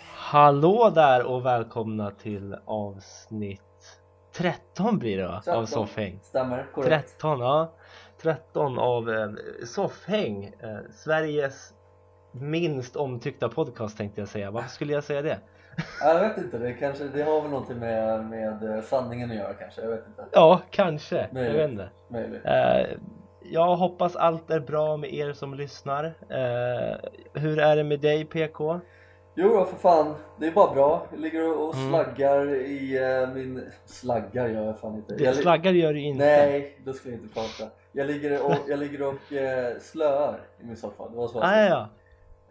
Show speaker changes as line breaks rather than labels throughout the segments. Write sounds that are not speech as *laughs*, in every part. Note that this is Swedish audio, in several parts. Hallå där och välkomna till avsnitt 13 blir det va? Av
13.
Soffhäng.
Stämmer, korrekt.
13, ja. 13 av eh, Soffhäng, eh, Sveriges minst omtyckta podcast tänkte jag säga. Varför skulle jag säga det?
Ja, jag vet inte, det, kanske, det har väl någonting med, med eh, sanningen att göra kanske. Jag vet inte.
Ja, kanske. Jag
Möjligt.
vet inte.
Möjligt.
Eh, jag hoppas allt är bra med er som lyssnar. Eh, hur är det med dig PK?
Jo då, för fan. Det är bara bra. Jag ligger och och
Mm.
slaggar i eh, min... Slaggar gör jag fan inte.
Det
Jag li-
slaggar gör du inte.
Nej, då skulle jag inte prata. Jag ligger och, jag ligger och eh, slöar i min soffa. Det var så.
Ah, ja, ja.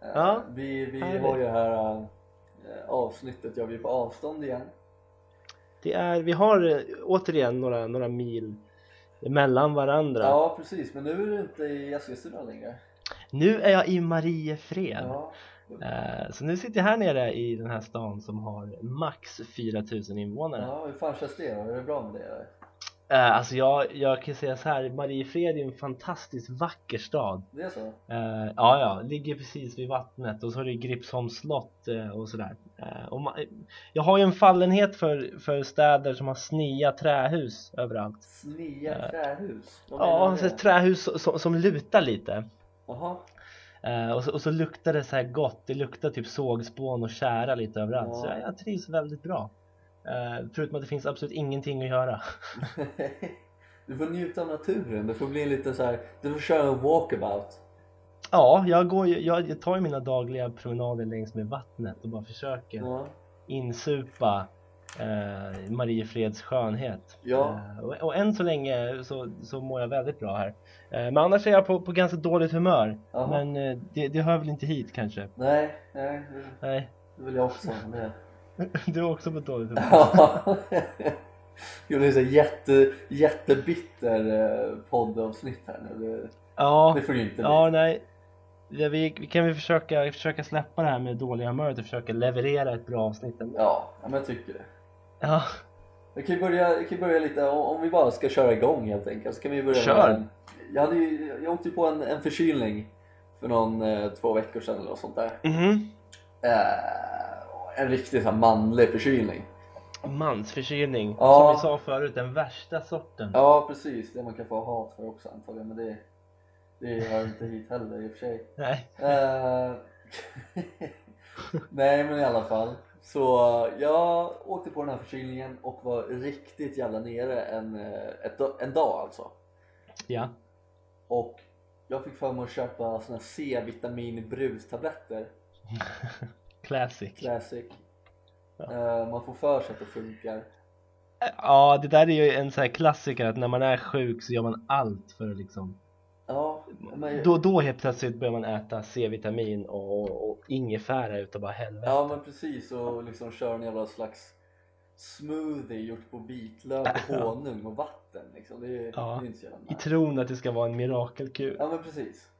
Eh,
Ja.
Vi, vi
Härligt.
har ju det här eh, avsnittet, jag vi är på avstånd igen.
Det är, vi har eh, återigen några, några mil mellan varandra.
Ja, precis. Men nu är du inte i Eskilstuna längre.
Nu är jag i Mariefred.
Ja.
Eh, Så nu sitter jag här nere i den här stan som har max 4000 invånare.
ja, hur fan känns det då? Är det bra med det? eller?
Eh, Alltså jag, jag kan säga så här, Mariefred är en fantastiskt vacker stad.
Det är så?
Eh, ja, ja, ligger precis vid vattnet och så är det Gripsholms slott eh, och sådär. Eh, och ma- jag har ju en fallenhet för, för städer som har snea trähus överallt.
Snea trähus? Vad
Eh, Ja,
menar du
så
med
här trähus som, som lutar lite.
det? Jaha, *laughs*
Eh, och, så, och så luktar det så här gott, det luktar typ sågspån och kära lite överallt.
Ja.
Så jag, jag trivs väldigt bra. Eh, förutom att det finns absolut ingenting att göra. *laughs*
du får njuta av naturen, du får bli en liten så här, du får köra en walkabout.
Ja, jag, går, ju- jag, jag tar ju mina dagliga promenader längs med vattnet och bara försöker
Ja.
insupa eh, Mariefreds skönhet.
Ja.
Eh, och, och än så länge så, så mår jag väldigt bra här. Eh, men annars är jag på, på ganska dåligt humör.
Jaha.
Men eh, det, det hör väl inte hit kanske?
Nej, nej, det-
Nej, *laughs*
det vill jag också. *laughs* Det.
du är också på dåligt humör.
Ja. Det blir så jätte, jättebitter eh, poddavsnitt här nu. Det,
Ja.
det får ju inte bli.
Ja, nej. Ja, vi, vi kan väl försöka, försöka släppa det här med dåliga humöret och försöka leverera ett bra avsnitt ändå.
ja, ja, men jag tycker det.
Ja,
Jag kan ju börja, jag kan ju börja lite, om om vi bara ska köra igång helt enkelt. Så kan vi börja med-
Kör.
Jag, hade ju, jag åkte ju på en, en förkylning för någon eh, två veckor sedan eller något sånt där.
mhm.
Eh, en riktig så här, manlig förkylning.
Mansförkylning,
Ja.
som vi sa förut, den värsta sorten.
Ja precis, det man kan få hat för också antagligen. Men det, det hör inte hit heller i och för sig.
Nej.
Eh, *laughs* Nej men i alla fall. Så jag åkte på den här förkylningen och var riktigt jävla nere en, eh, ett, en dag alltså.
Ja.
Och jag fick för mig att köpa såna här C-vitamin brustabletter.
Classic.
Classic.
Ja.
Eh, man får för sig att det funkar.
Ja, det där är ju en sån här klassiker att när man är sjuk så gör man allt för att liksom...
Ja, men,
Då, då helt plötsligt börjar man äta C-vitamin och, och ingefära utav bara helvete.
Ja men precis och liksom köra en jävla slags smoothie gjort på vitlök, och honung och vatten liksom. Det är,
Ja.
det är inte så jävla
I
nice.
tron att det ska vara en mirakelkur.
Ja men precis.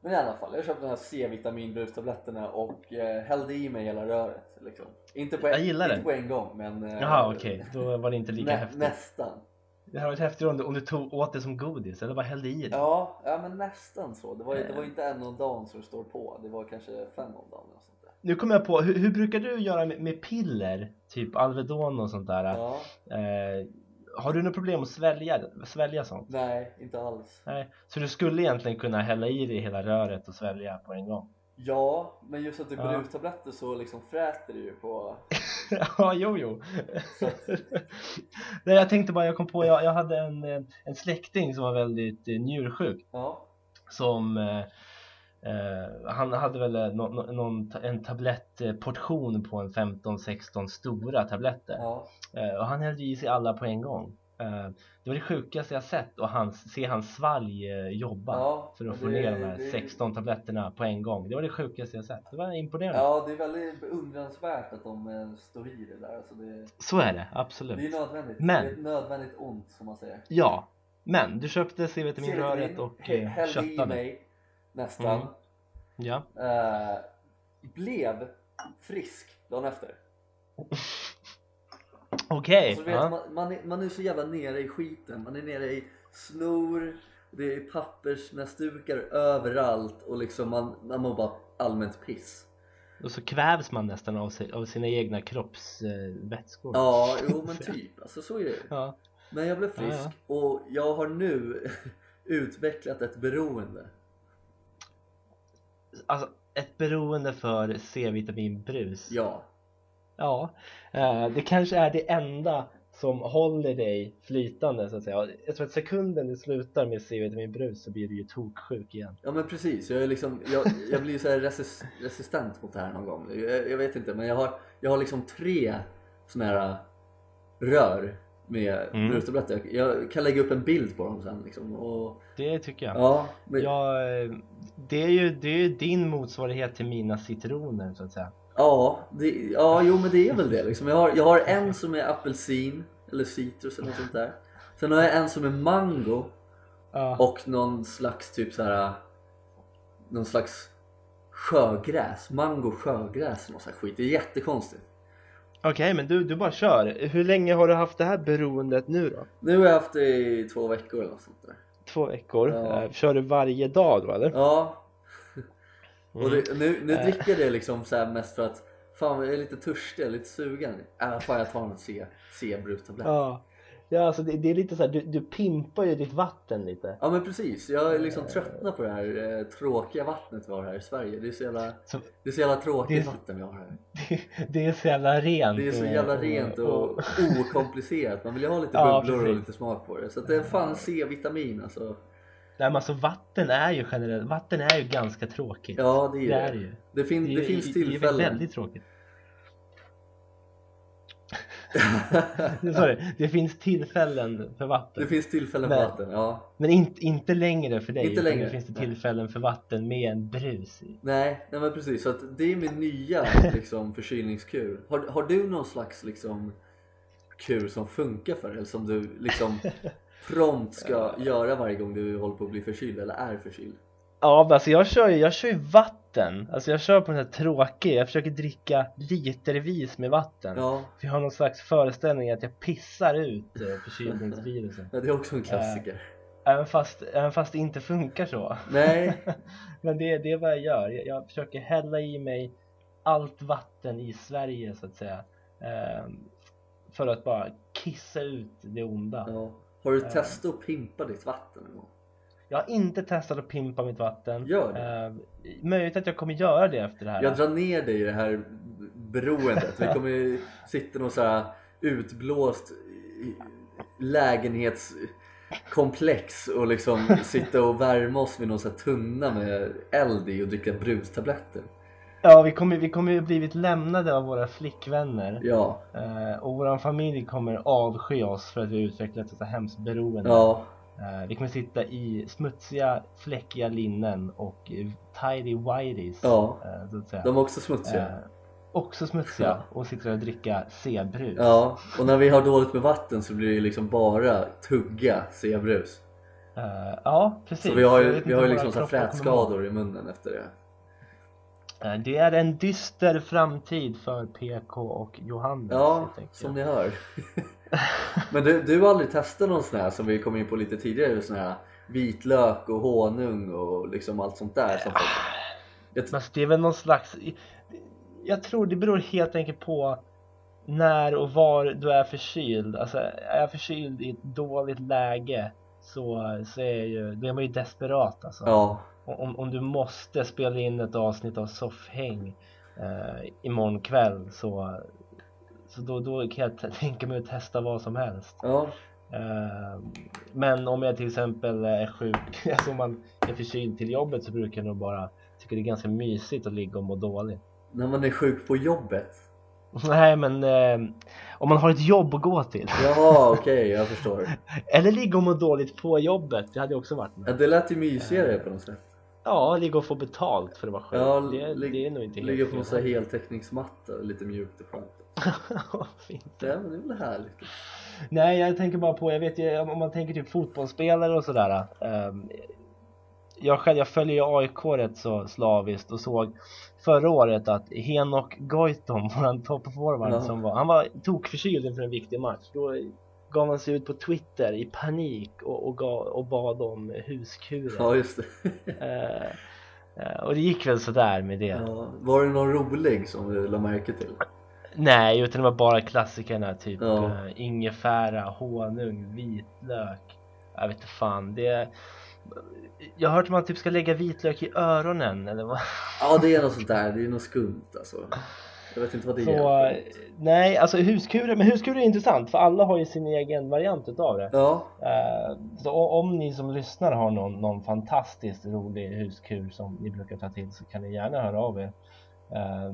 Men i alla fall, jag köpte de här C-vitamin brustabletterna och eh, hällde i mig hela röret. Liksom. Inte, på
Jag
en,
gillar
inte
det.
på en gång men... eh,
Jaha, okej. Då var det inte lika
nä,
häftigt.
Nästan.
Det hade varit häftigt om du, om du tog åt det som godis eller bara hällde i det.
Ja, ja men nästan så. Det var, ju- det var ju inte en om dagen som det står på. Det var kanske fem om dagen. eller sånt där.
Nu kommer jag på, hur, hur brukar du göra med, med piller? Typ Alvedon och sånt där.
Ja,
Eh, har du något problem att svälja, svälja sånt?
nej, inte alls.
Nej. Så du skulle egentligen kunna hälla i det i hela röret och svälja på en gång? *laughs*
Ja, men just att det är
Ja.
brustabletter så liksom fräter det ju på...
ja, jo,
*laughs*
jo.
Så att,
Nej, jag tänkte bara, jag kom på, jag, jag hade en, eh, en släkting som var väldigt eh, njursjuk.
ja,
som eh, eh, han hade väl eh, nå- nå- någon, ta- en tablettportion på en 15-16 stora tabletter
ja.
eh, och han hällde i sig alla på en gång. Eh, det var det sjukaste jag sett och hans, se hans svalg eh, jobba
ja
för att få
det-
ner de här
det-
16 tabletterna på en gång. Det var det sjukaste jag sett. Det var imponerande.
Ja, det är väldigt beundransvärt att de eh, står i det där. Alltså det,
Så är det,
det är
absolut.
nödvändigt.
Men-
Det är ett nödvändigt ont som man säger.
Ja, men du köpte C-vitaminröret
Serotonin,
och
he-
eh,
hällde i
köttade.
mig nästan.
Mm. Ja.
Eh, blev frisk dagen efter.
Okej.
Och Så Alltså, vet
ja.
man, man, är, man är så jävla nere i skiten. Man är nere i snor, det är pappersnäsdukar överallt och liksom man, man mår bara allmänt piss.
Och så kvävs man nästan av, sig, av sina egna kroppsvätskor.
Ja, jo men typ. Alltså så är det
Ja.
Men jag blev frisk
Ja,
och jag har nu *laughs* utvecklat ett beroende.
Alltså, ett beroende för C-vitaminbrus.
Ja.
Ja, eh, det kanske är det enda som håller dig flytande så att säga. Jag tror att sekunden du slutar med C-vitaminbrus så blir du ju toksjuk igen.
Ja men precis, jag, är liksom, jag, jag blir ju så här resist, resistent mot det här någon gång. Jag, jag vet inte men jag har, jag har liksom tre såna här äh, rör med
Mm.
brustabletter. Jag kan lägga upp en bild på dem sen liksom. Och,
Det tycker jag.
ja, men, ja.
Jag, eh, det, är ju, det är ju din motsvarighet till mina citroner så att säga.
det, ja, jo men det är väl det liksom. Jag har, jag har en som är apelsin eller citrus eller något sånt där. Sen har jag en som är mango
Ja,
och någon slags typ så här någon slags sjögräs, mango sjögräs något sånt här skit. Det är jättekonstigt.
Okej, men du, du bara kör. Hur länge har du haft det här beroendet nu då?
Nu har jag haft det i två veckor eller något sånt där.
Två veckor.
Ja.
Eh, Kör du varje dag då eller?
Ja, och
Mm.
det, nu, nu
Eh.
dricker jag det liksom så här mest för att fan jag är lite törstig, jag är lite sugen. Äh, fan jag tar en C- C-brustablett. Ja.
Ja. Ja, alltså det, det är lite så här, du, du pimpar ju ditt vatten lite.
ja men precis, jag är liksom tröttnat på det här eh, tråkiga vattnet vi har här i Sverige. Det är så jävla,
Så-
det är så jävla tråkigt
Det är-
vatten vi har här.
Det, *laughs* det är så jävla rent.
Det är så
och-
jävla rent och okomplicerat. Man vill ju ha lite
Ja,
bubblor och
precis.
lite smak på det. Så att det är fan C-vitamin alltså.
Nej men alltså vatten är ju generellt, vatten är ju ganska tråkigt.
Ja det är ju
det är det
det.
ju.
Det, fin-
är
det
ju-
finns
Det är väl
tillfällen.
väldigt
*laughs*
tråkigt. *laughs* Sorry, det finns tillfällen för vatten.
Det finns tillfällen
Men-
för vatten, ja.
Men inte, inte längre för dig.
Inte
utan
längre,
Nu finns det
nej.
tillfällen för vatten med en brus i.
Nej, nej men precis. Så att det är min *laughs* nya liksom, förkylningskur. Har, har du någon slags liksom, kur som funkar för dig? Eller som du *laughs* liksom prompt ska göra varje gång du håller på att bli förkyld eller är förkyld?
Ja, men alltså jag kör ju, jag kör ju vatten. Alltså jag kör på den här tråkiga, jag försöker dricka litervis med vatten.
Ja,
För jag har någon slags föreställning att jag pissar ut eh,
*laughs*
förkylningsviruset.
ja, det är också en klassiker.
även, fast, även fast det inte funkar så.
*laughs* Nej,
Men det, det är vad jag gör. Jag, jag försöker hälla i mig allt vatten i Sverige så att säga. Ehm, för att bara kissa ut det onda.
ja. har du testat att pimpa ditt vatten någon gång?
Jag har inte testat att pimpa mitt vatten.
Gör det.
Ehm, möjligt att jag kommer göra det efter det här.
Jag drar ner dig i det här beroendet. Vi kommer ju sitta i någon så här utblåst lägenhetskomplex och liksom sitta och värma oss vid någon så här tunna med eld i och dricka brustabletter.
Ja, vi kommer, vi kommer ju blivit lämnade av våra flickvänner.
Ja,
Ehm, och vår familj kommer avsky oss för att vi har utvecklat ett så hemskt beroende.
ja,
Ehm, vi kommer sitta i smutsiga, fläckiga linnen och eh, tidy whities.
ja.
eh, så att säga.
De är också smutsiga.
Eh, också smutsiga och sitter och dricka C-brus.
Ja, och när vi har dåligt med vatten så blir det liksom bara tugga C-brus.
Eh, ja, precis.
Så vi har
Jag
ju,
vet
vi
inte
har ju
vad
liksom så här
kroppen kommer ihåg.
frätskador i munnen efter det.
Eh, det är en dyster framtid för PK och Johannes.
Ja,
helt enkelt.
som ni hör.
*laughs*
Men du, du har aldrig testat någon sån här som vi kom in på lite tidigare? Sån här vitlök och honung och liksom allt sånt där. Som folk... Jag t-
Men alltså, det är väl någon slags... Jag tror det beror helt enkelt på när och var du är förkyld. Alltså, är jag förkyld i ett dåligt läge så, så är, jag ju, då är man ju desperat alltså.
ja,
om, om du måste spela in ett avsnitt av soffhäng eh, imorgon kväll så, så då, då kan jag t- tänka mig att testa vad som helst.
ja,
Eh, men om jag till exempel är sjuk, *laughs* alltså om man är förkyld till jobbet så brukar jag nog bara tycka det är ganska mysigt att ligga och må dåligt. *laughs*
när man är sjuk på jobbet.
Nej men eh, om man har ett jobb att gå till. *laughs*
Jaha, okej, jag förstår.
Eller ligga och må dåligt på jobbet, det hade jag också varit
Ja,
med.
det lät ju mysigare på något sätt.
Ja, ligga och få betalt för att vara sjuk.
Ja,
det,
lig-
det är nog inte
Ligga på någon sån här
fel. *laughs*
heltäckningsmatta, lite mjukt och skönt.
Fint.
Ja, men det är väl härligt.
Nej, jag tänker bara på, jag vet ju om man tänker typ fotbollsspelare och sådär. ehm, jag själv, jag följer ju AIK rätt så slaviskt och såg förra året att Henok Goitom, *laughs* våran toppforward,
Ja.
som var, han var tokförkyld inför en viktig match. Då gav han sig ut på Twitter i panik och, och, gav, och bad om huskurer.
Ja, just det.
Eh, Eh, Och det gick väl sådär med det.
Ja. Var det någon rolig som du la märke till?
Nej, utan det var bara klassikerna typ
Ja.
eh, ingefära, honung, vitlök. Jag vet inte fan, det... Jag har hört att man typ ska lägga vitlök i öronen eller vad?
Ja det är något sånt där, det är något skumt alltså. Jag vet inte vad det
Så, eh,
är.
nej, alltså huskurer, men huskurer är intressant för alla har ju sin egen variant utav det.
Ja,
Eh, Så o- om ni som lyssnar har någon, någon fantastiskt rolig huskur som ni brukar ta till så kan ni gärna höra av er. Eh,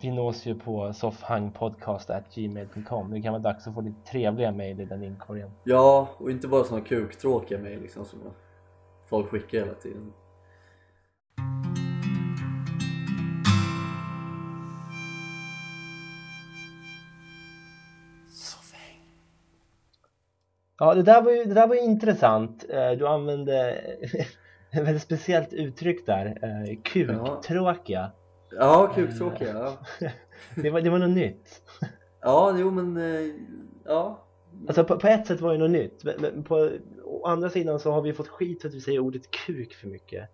Vi nås ju på soffhangpodcast.gmail.com. Det kan vara dags att få lite trevliga mejl i den inkorgen.
ja och inte bara såna kuktråkiga mejl liksom som folk skickar hela tiden.
Ja, det där var ju, det där var ju intressant. Eh, Du använde *laughs* ett väldigt speciellt uttryck där. eh, Kuktråkiga.
Ja, kuktråkiga.
Mm.
Ja,
Det var, det var något nytt.
ja jo men... eh, Ja.
Alltså på, på ett sätt var det något nytt. Men, men på å andra sidan så har vi fått skit för att vi säger ordet kuk för mycket.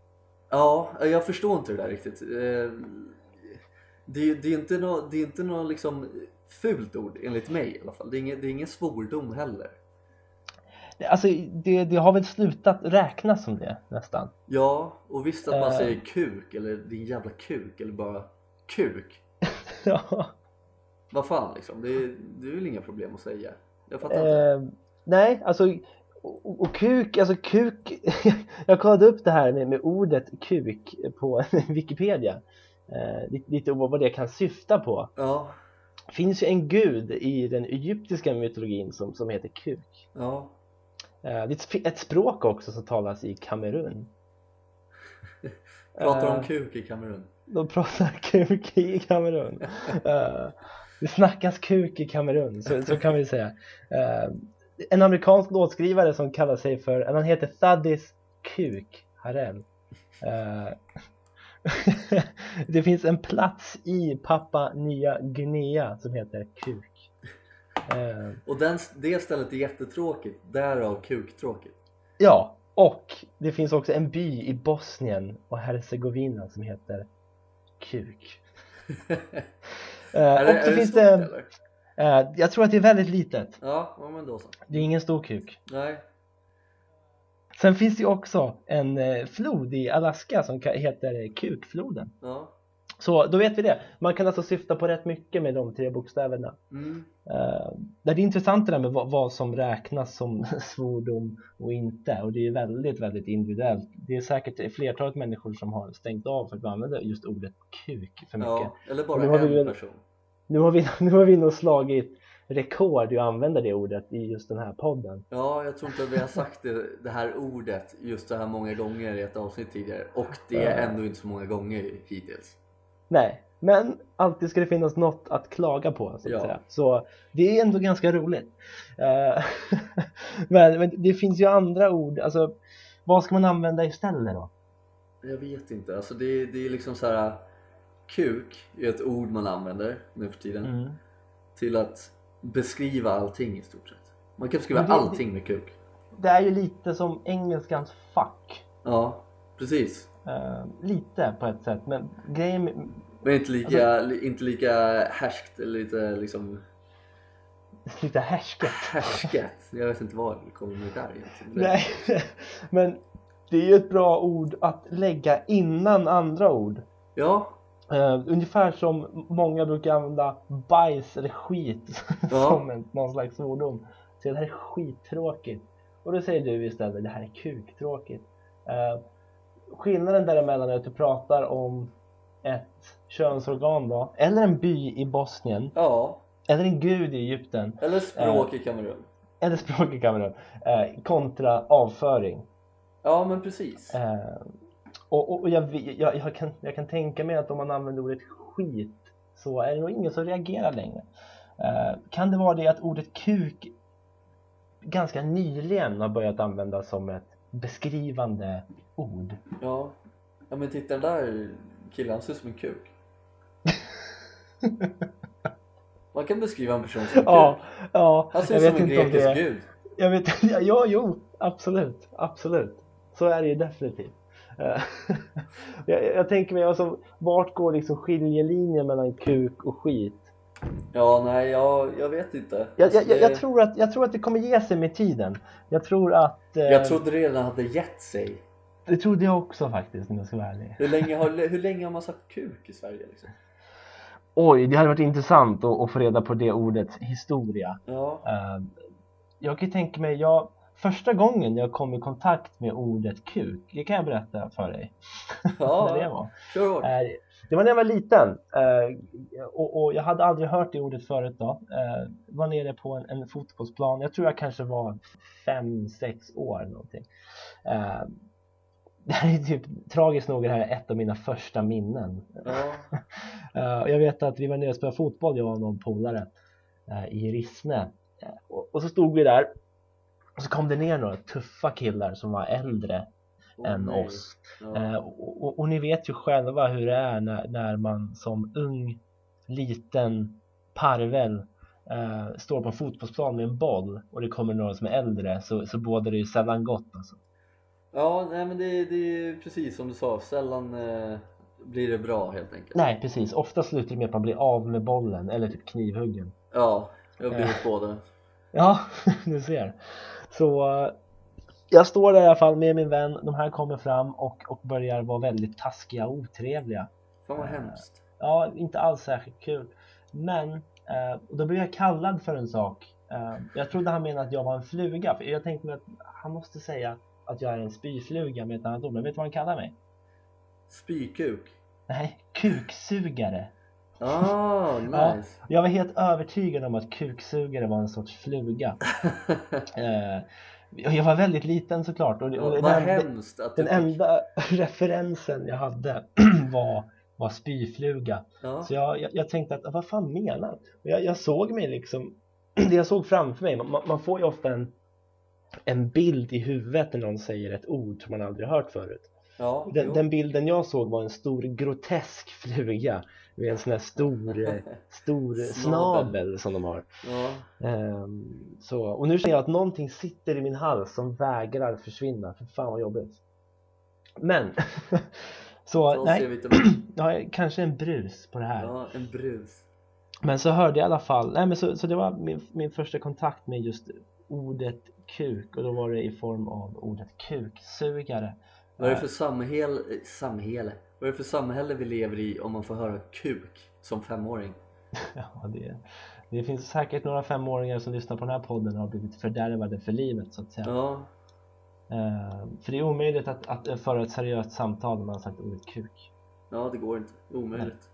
Ja, jag förstår inte det där riktigt. Eh, Det, det är inte något det är inte nå liksom fult ord enligt mig i alla fall. Det är ingen, det är ingen svordom heller.
Alltså det, det har väl slutat räknas som det nästan.
Ja, och visst att man
Eh.
säger kuk eller din jävla kuk eller bara kuk.
Ja.
Vad fan liksom, det är, det är väl inga problem att säga. Jag fattar inte.
Eh, nej, alltså och, och kuk, alltså kuk. *laughs* jag kollade upp det här med, med ordet kuk på *laughs* Wikipedia. Eh, lite, lite om vad det kan syfta på.
Ja,
finns ju en gud i den egyptiska mytologin som, som heter kuk.
ja.
Eh, det är ett, sp- ett språk också som talas i Kamerun.
*laughs* Pratar
Eh,
om kuk i Kamerun.
De pratar *laughs* kuk i
*laughs*
Kamerun. Eh, Det snackas kuk i Kamerun, så, så kan vi säga. Eh, En amerikansk låtskrivare som kallar sig för, han heter Thaddeus Kuk Harel. Eh, *laughs* Det finns en plats i Papua Nya Guinea som heter Kuk. Eh,
Och den, det stället är jättetråkigt, därav kuktråkigt.
Ja, och det finns också en by i Bosnien och Herzegovina som heter
*laughs*
Kuk. Eh,
är det,
och så
är det
finns
stort
det,
eller?
eh, jag tror att det är väldigt litet.
Ja, ja, men då så.
Det är ingen stor kuk.
Nej,
Sen finns det ju också en eh, flod i Alaska som ka- heter eh, Kukfloden.
ja.
Så då vet vi det. Man kan alltså syfta på rätt mycket med de tre bokstäverna.
Mm.
Eh, det är intressant det där med vad, vad som räknas som *laughs* svordom och inte. Och det är ju väldigt, väldigt individuellt. Det är säkert flertalet människor som har stängt av för att vi använder just ordet kuk för mycket.
Ja, eller
Och nu har
bara
vi ju
en
en-
person.
Nu har vi, *laughs* nu har vi nog slagit rekord i att använda det ordet i just den här podden.
Ja, jag tror inte att vi har sagt det, det här ordet just så här många gånger i ett avsnitt tidigare och det är ändå inte så många gånger hittills.
Nej, men alltid ska det finnas något att klaga på så att
Ja.
säga. Så det är ändå ganska roligt. Eh, *laughs* men, men det finns ju andra ord, alltså vad ska man använda istället då?
Jag vet inte, alltså det, det är liksom så här kuk är ett ord man använder nu för tiden
Mm.
till att beskriva allting i stort sett. Man kan beskriva
Men det-
allting med kuk.
Det är ju lite som engelskans fuck.
Ja, precis.
Eh, lite på ett sätt, men grejen med- *laughs*
Men inte lika,
Alltså-
li- inte lika härskt eller lite liksom
lite härsket.
härsket. Jag vet inte vad det kommer med där egentligen.
Nej, *laughs* men det är ju ett bra ord att lägga innan andra ord.
Ja,
Eh, ungefär som många brukar använda bajs eller skit *laughs*
Ja.
som en, någon slags svordom. Så det här är skittråkigt. Och då säger du istället det här är kuktråkigt. Eh, skillnaden däremellan är att du pratar om ett könsorgan då, eller en by i Bosnien,
ja.
eller en gud i Egypten,
Eller språk i Kamerun.
eller språk i Kamerun, eh, kontra avföring.
Ja, men precis.
Eh, och och, och jag, vi- jag, jag, kan, jag kan tänka mig att om man använder ordet skit så är det nog ingen som reagerar längre. Eh, kan det vara det att ordet kuk ganska nyligen har börjat användas som ett beskrivande ord?
Ja. ja, men titta den där killen, han ser ut som
*laughs*
en kuk. Man kan beskriva en person som en
Ja,
kuk.
ja
Han ser
jag
ut som
vet inte
en
om
grekisk
det...
gud.
*laughs* Jag vet, ja, jo, absolut, absolut. Så är det ju definitivt. Eh, *laughs* jag, jag tänker mig, alltså, vart går liksom skiljelinjen mellan kuk och skit?
Ja, nej, jag, jag vet inte.
Jag,
Alltså,
jag, jag,
det-
jag, tror att, jag tror att det kommer ge sig med tiden. Jag tror att... eh,
jag trodde det redan hade gett sig.
Det trodde jag också faktiskt om jag ska vara ärlig.
Hur länge har, hur länge har man sagt kuk i Sverige? Liksom?
Oj, det hade varit intressant att, att få reda på det ordets historia.
Ja,
Eh, jag kan ju tänka mig, jag, första gången jag kom i kontakt med ordet kuk, det kan jag berätta för dig. När det,
ja
var.
kör hårt.
Eh, det var när jag var liten eh, och, och jag hade aldrig hört det ordet förut då. Eh, var nere på en, en fotbollsplan, jag tror jag kanske var fem sex år eller någonting. Eh, *laughs* det här är typ, tragiskt nog är det här ett av mina första minnen.
Ja,
Eh, och jag vet att vi var nere och spelade fotboll, jag och någon polare eh, i Rissne. Eh, och, och så stod vi där och så kom det ner några tuffa killar som var äldre *laughs*
åh,
än
oh, nej.
oss.
Ja.
Eh, och, och, och ni vet ju själva hur det är när, när man som ung, liten parvel eh, står på en fotbollsplan med en boll och det kommer någon som är äldre så, så bådar det ju sällan gott alltså.
Ja, nej men det, det är ju precis som du sa, sällan eh, blir det bra helt enkelt.
Nej precis, ofta slutar det med att man blir av med bollen eller typ knivhuggen.
Ja, jag har
Eh.
blivit båda.
Ja, *laughs* du ser. Så eh, jag står där i alla fall med min vän, de här kommer fram och, och börjar vara väldigt taskiga och otrevliga.
Fan
Eh.
vad hemskt.
Ja, inte alls särskilt kul. Men eh, och då blev jag kallad för en sak. Eh, jag trodde han menade att jag var en fluga. För jag tänkte mig att han måste säga att jag är en spyfluga med ett annat ord. Men vet du vad han kallar mig?
Spykuk.
Nej, kuksugare. *laughs*
Ah, nice.
Jag var helt övertygad om att kuksugare var en sorts
*laughs*
fluga. Eh, och jag var väldigt liten såklart. Och, och
Ja,
den,
vad
den,
hemskt att
den
du fick...
enda referensen jag hade *clears throat* var, var spyfluga.
Ja,
Så jag, jag, jag tänkte att "Ah, vad fan menar han? Och jag, jag såg mig liksom, *clears throat* det jag såg framför mig, man, man får ju ofta en, en bild i huvudet när någon säger ett ord som man aldrig hört förut.
ja,
Den,
jo.
den bilden jag såg var en stor grotesk fluga med en sån här stor,
*laughs*
eh, stor
Snabel.
snabel som de har.
ja.
Ehm, så, och nu känner jag att någonting sitter i min hals som vägrar försvinna. För fan vad jobbigt. Men, *laughs* så
Så ser
nej,
vi
*clears throat*
inte mer.
ja, kanske en brus på det här.
Ja, en brus.
Men så hörde jag i alla fall, nej men så, så det var min, min första kontakt med just ordet kuk och då var det i form av ordet kuksugare. *laughs*
Vad är det
Eh,
för samhälle, samhälle? Vad är det för samhälle vi lever i om man får höra kuk som femåring?
Ja, det, det finns säkert några femåringar som lyssnar på den här podden och har blivit fördärvade för livet så att säga.
Ja,
Eh, för det är omöjligt att, att föra ett seriöst samtal när man har sagt ordet kuk.
ja det går inte. Omöjligt.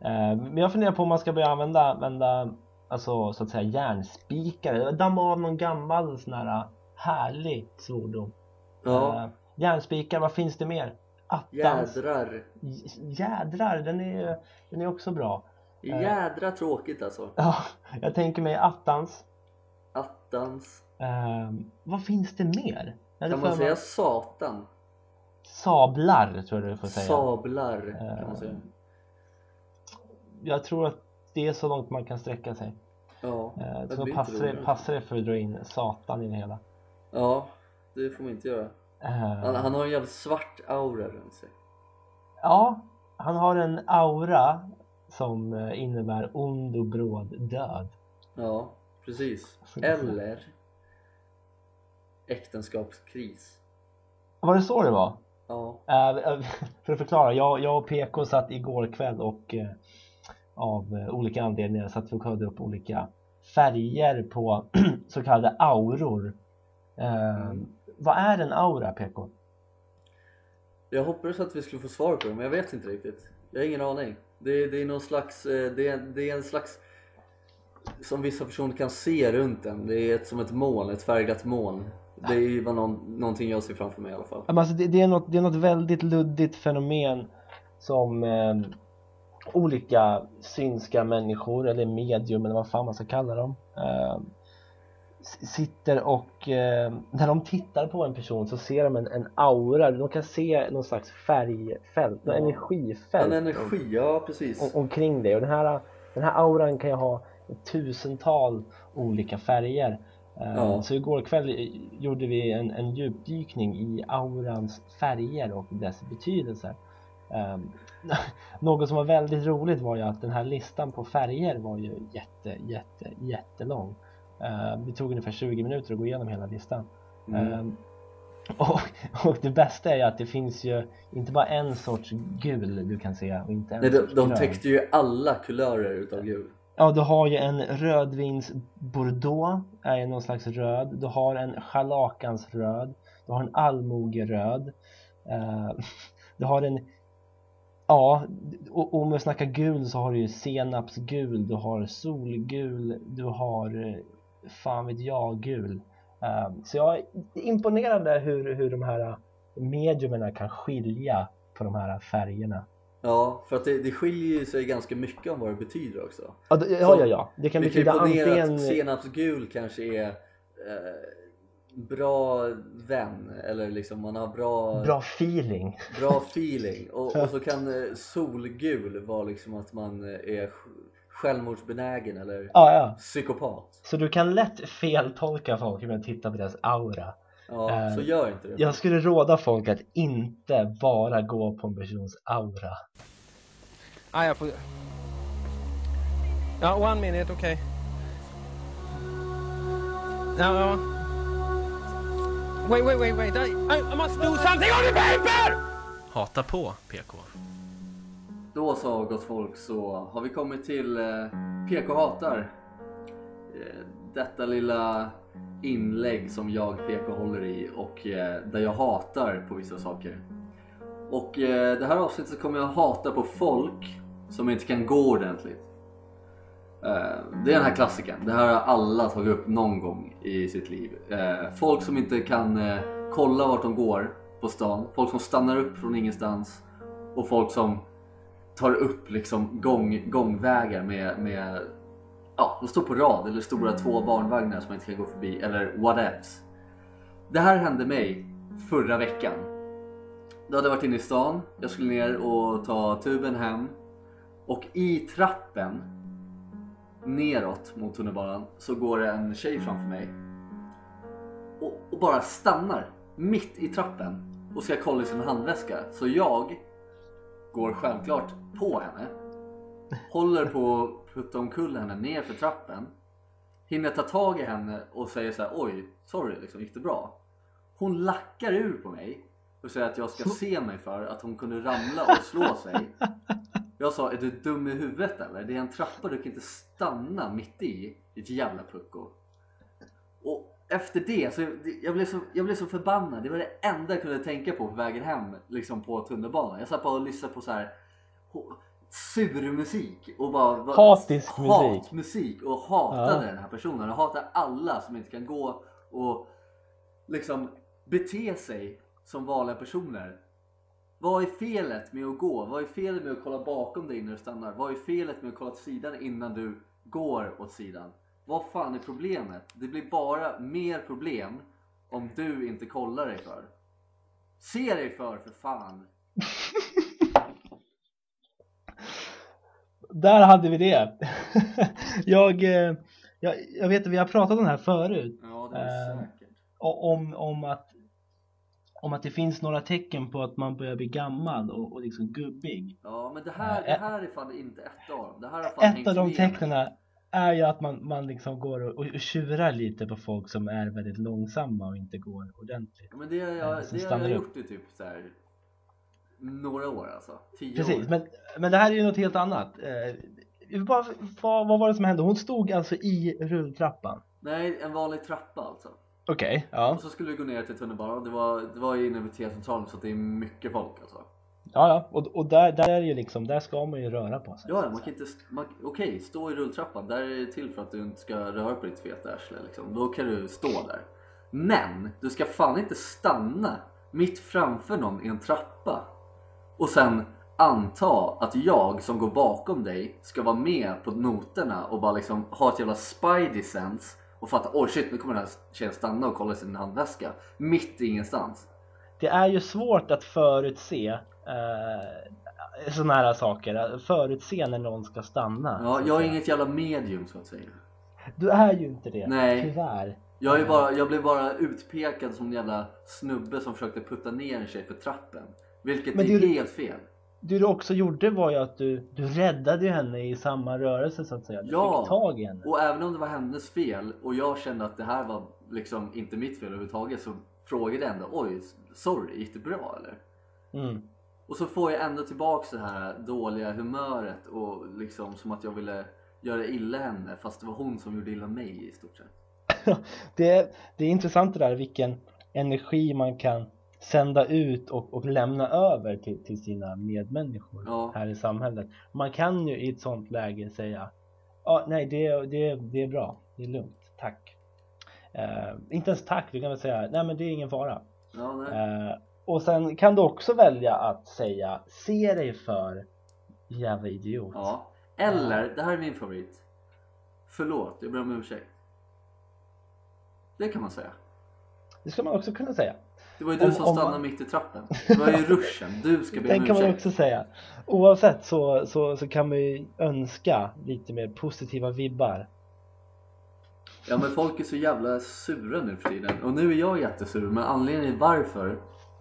Eh, men jag funderar på om man ska börja använda, använda alltså, så att säga järnspikare, damma av någon gammal sån här härlig svordom.
Ja,
Eh, järnspikar, vad finns det mer? Attans.
jädrar.
J- Jädrar, den är, den är också bra. Eh.
Jädra tråkigt alltså.
Ja, jag tänker mig attans.
Attans.
Eh, vad finns det mer? Jag hade
Kan
för
man
mig-
säga satan?
Sablar tror jag du får säga.
Sablar kan
Eh.
man säga.
Jag tror att det är så långt man kan sträcka sig.
Ja,
Eh,
det
så
blir
passar
inte
det,
roligare.
passar det för att dra in Satan i det hela.
ja, det får man inte göra.
Eh,
Han, han har en jävligt svart aura runt sig.
Ja, han har en aura som eh, innebär ond och bråd död.
Ja, precis. Eller äktenskapskris.
Var det så det var?
Ja,
Eh, eh, *laughs* För att förklara, jag, jag och PK satt igår kväll och eh, av eh, olika anledningar satt vi och kollade upp olika färger på *clears throat* så kallade auror. Eh,
Mm.
Vad är en aura PK?
jag hoppades att vi skulle få svar på det, men jag vet inte riktigt. Jag har ingen aning. Det, det är någon slags, eh, det, är- det är en slags som vissa personer kan se runt en. Det är ett, som ett moln, ett färgglatt moln. Det är ju vad någon, någonting jag ser framför mig i alla fall.
Ja, men Alltså det, det, är något, det är något väldigt luddigt fenomen som eh, olika synska människor eller medium eller vad fan man ska kalla dem eh, s- sitter och eh, när de tittar på en person så ser de en, en aura, de kan se någon slags färgfält,
Ja.
någon energifält
En energi, ja precis.
om, omkring dig och den här, den här auran kan ju ha tusentals olika färger Eh,
Ja.
Så igår kväll gjorde vi en, en djupdykning i aurans färger och dess betydelse. Eh, *laughs* Något som var väldigt roligt var ju att den här listan på färger var ju jätte, jätte, jättelång. Eh, Det tog ungefär 20 minuter att gå igenom hela listan.
Mm.
Ehm, *laughs* Och, och det bästa är ju att det finns ju inte bara en sorts gul du kan se och inte en
Nej, de,
sorts
de
grön.
täckte ju alla kulörer utav gul.
Ja, du har ju en rödvins bordeaux, är ju någon slags röd. Du har en schalakans röd. Du har en allmogeröd. Eh, *laughs* du har en... Ja, och och om jag snackar gul så har du ju senapsgul, du har solgul, du har eh, fan vet jag gul. Eh, så jag är imponerande hur, hur de här mediumerna kan skilja på de här färgerna.
Ja, för att det, det skiljer ju sig ganska mycket om vad det betyder också.
Ja, det- ja, ja, ja. Det kan
Vi kan ju
betyda
ponera
antingen...
att senapsgul kanske är eh, bra vän eller liksom man har bra, bra.
Bra feeling.
feeling och, och så kan eh, solgul vara liksom att man eh, är sj- självmordsbenägen eller
Ja, ja.
psykopat.
Så du kan lätt feltolka folk genom att titta på deras aura.
Ja,
Eh,
så gör inte det.
Jag skulle råda folk att inte bara gå på en persons aura.
Ah, jag får... Ja, one minute, okej. Ja, ja. Wait, wait, wait, wait. I, I, I must do something on the paper!
Hata på PK.
Då så gott folk så har vi kommit till eh, PK hatar. Eh, detta lilla inlägg som jag PK håller i och eh, där jag hatar på vissa saker. Och eh, det här avsnittet så kommer jag hata på folk som inte kan gå ordentligt. Eh, det är den här klassikern. Det här har alla tagit upp någon gång i sitt liv. Eh, folk som inte kan eh, kolla vart de går på stan. Folk som stannar upp från ingenstans. Och folk som tar upp liksom gång, gångvägar med, med ja, de står på rad eller stora två barnvagnar som man inte kan gå förbi eller whatevs. Det här hände mig förra veckan. Då hade jag varit inne i stan, jag skulle ner och ta tuben hem och i trappen neråt mot tunnelbanan så går det en tjej framför mig och, och bara stannar mitt i trappen och ska kolla i sin handväska. Så jag går självklart på henne. Håller på att putta omkull henne ner för trappen. Hinner ta tag i henne och säger så här: oj, sorry, liksom, gick det bra? Hon lackar ur på mig och säger att jag ska se mig för att hon kunde ramla och slå
*laughs*
sig. Jag sa, är du dum i huvudet eller? Det är en trappa du kan inte stanna mitt i, ditt jävla pucko. Och efter det, så jag, blev så, jag blev så förbannad. Det var det enda jag kunde tänka på på vägen hem liksom på tunnelbanan. Jag satt bara och lyssnade på så här ho- sur musik och bara, bara
Hatisk musik.
musik och hatade
Ja.
den här personen. Jag hatar alla som inte kan gå och liksom bete sig som vanliga personer. Vad är felet med att gå? Vad är felet med att kolla bakom dig när du stannar? Vad är felet med att kolla åt sidan innan du går åt sidan? Vad fan är problemet? Det blir bara mer problem om du inte kollar dig för. Se dig för, för fan!
Där hade vi det! *laughs* jag, eh, jag, jag vet att vi har pratat om det här förut.
Ja, det är
Eh,
säkert.
o- Om, om, att, om att det finns några tecken på att man börjar bli gammal och, och liksom gubbig.
Ja, men det här,
eh,
det här är fan inte ett av dem. Det här har fan
Ett
hängt
av de
med mig.
tecknen är ju att man, man liksom går och, och tjurar lite på folk som är väldigt långsamma och inte går ordentligt.
Ja, Men det har jag,
Eh, som
det har
stannar
jag
upp.
gjort i typ så här, några år alltså. Tio år.
Precis, men, men det här är ju något helt annat. Eh, vi vill bara, vad, vad var det som hände? Hon stod alltså i rulltrappan.
Nej, en vanlig trappa alltså.
Okej, ja.
Och så skulle vi gå ner till tunnelbanan. Det var, det var inne vid T-centralen så att det är mycket folk alltså.
ja, ja. Och, och där, där är det ju liksom, där ska man ju röra på sig.
Ja, ja, man kan inte... st- man- Okej, stå i rulltrappan. Där är det till för att du inte ska röra på ditt feta arsle liksom. Då kan du stå där. Men du ska fan inte stanna mitt framför någon i en trappa och sen anta att jag som går bakom dig ska vara med på noterna och bara liksom ha ett jävla spidey sense och fatta oj shit nu kommer den här tjejen stanna och kolla i sin handväska mitt i ingenstans.
Det är ju svårt att förutse eh, sådana här saker. Att Förutse när någon ska stanna.
Ja,
så att
jag är
säga.
inget jävla medium så att säga.
Du är ju inte det.
Nej.
Tyvärr.
Jag, är bara, jag blev bara utpekad som en jävla snubbe som försökte putta ner en tjej för trappen. Vilket
Men
är
det-
helt fel.
Det du också gjorde var ju att du, du räddade ju henne i samma rörelse så att säga. Du
Ja.
fick tag i henne.
Och även om det var hennes fel och jag kände att det här var liksom inte mitt fel överhuvudtaget så frågade jag ändå oj, sorry, gick det bra eller?
Mm.
Och så får jag ändå tillbaks det här dåliga humöret och liksom som att jag ville göra illa henne fast det var hon som gjorde illa mig i stort sett.
Det, är- det är intressant det där vilken energi man kan sända ut och, och lämna över till, till sina medmänniskor
Ja.
här i samhället. Man kan ju i ett sånt läge säga ja, nej det, det, det är bra, det är lugnt, tack. Eh, inte ens tack, du kan väl säga nej men det är ingen fara.
Ja, nej.
Eh, och sen kan du också välja att säga se dig för jävla idiot.
Ja. Alltså. Eller, det här är min favorit. Förlåt, jag ber om ursäkt. Det kan man säga.
Det skulle man också kunna säga.
Det var ju du
Om-
som
om man-
stannade mitt i trappen. Det var ju ruschen. Du ska be om
Den kan man
ursäkt.
också säga. Oavsett så, så, så kan man ju önska lite mer positiva vibbar.
Ja men folk är så jävla sura nu för tiden. Och nu är jag jättesur, men anledningen varför?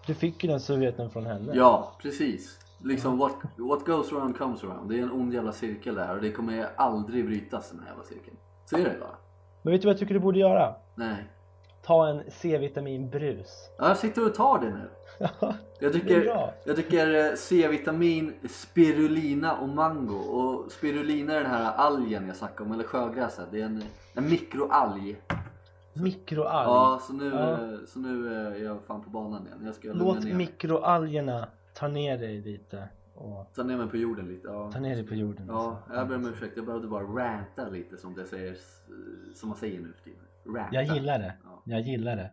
Du fick ju den surheten från henne.
Ja, precis. Liksom what, what goes around comes around. Det är en ond jävla cirkel där och det kommer ju aldrig brytas den här jävla cirkeln. Så är det bara.
Men vet du vad jag tycker du borde göra?
Nej.
Ta en C-vitaminbrus.
Ja, jag sitter och tar det nu. Jag
Det är
dricker,
bra.
jag dricker eh, C-vitamin, spirulina och mango. Och spirulina är den här algen jag snackade om, eller sjögräset. Det är en, en mikroalg.
Mikroalg.
Mm. Ja, så nu,
Ja.
eh, så nu eh, är jag fan på banan igen. Jag ska lugna
Låt
ner mig.
mikroalgerna ta ner dig lite och
Ta ner mig på jorden lite. Ja.
ta ner dig på jorden.
Ja,
alltså.
jag ber om ursäkt. Jag behövde bara ranta lite som det säger, som man säger nu för tiden. Ranta.
Jag gillar det.
Ja.
Jag gillar det.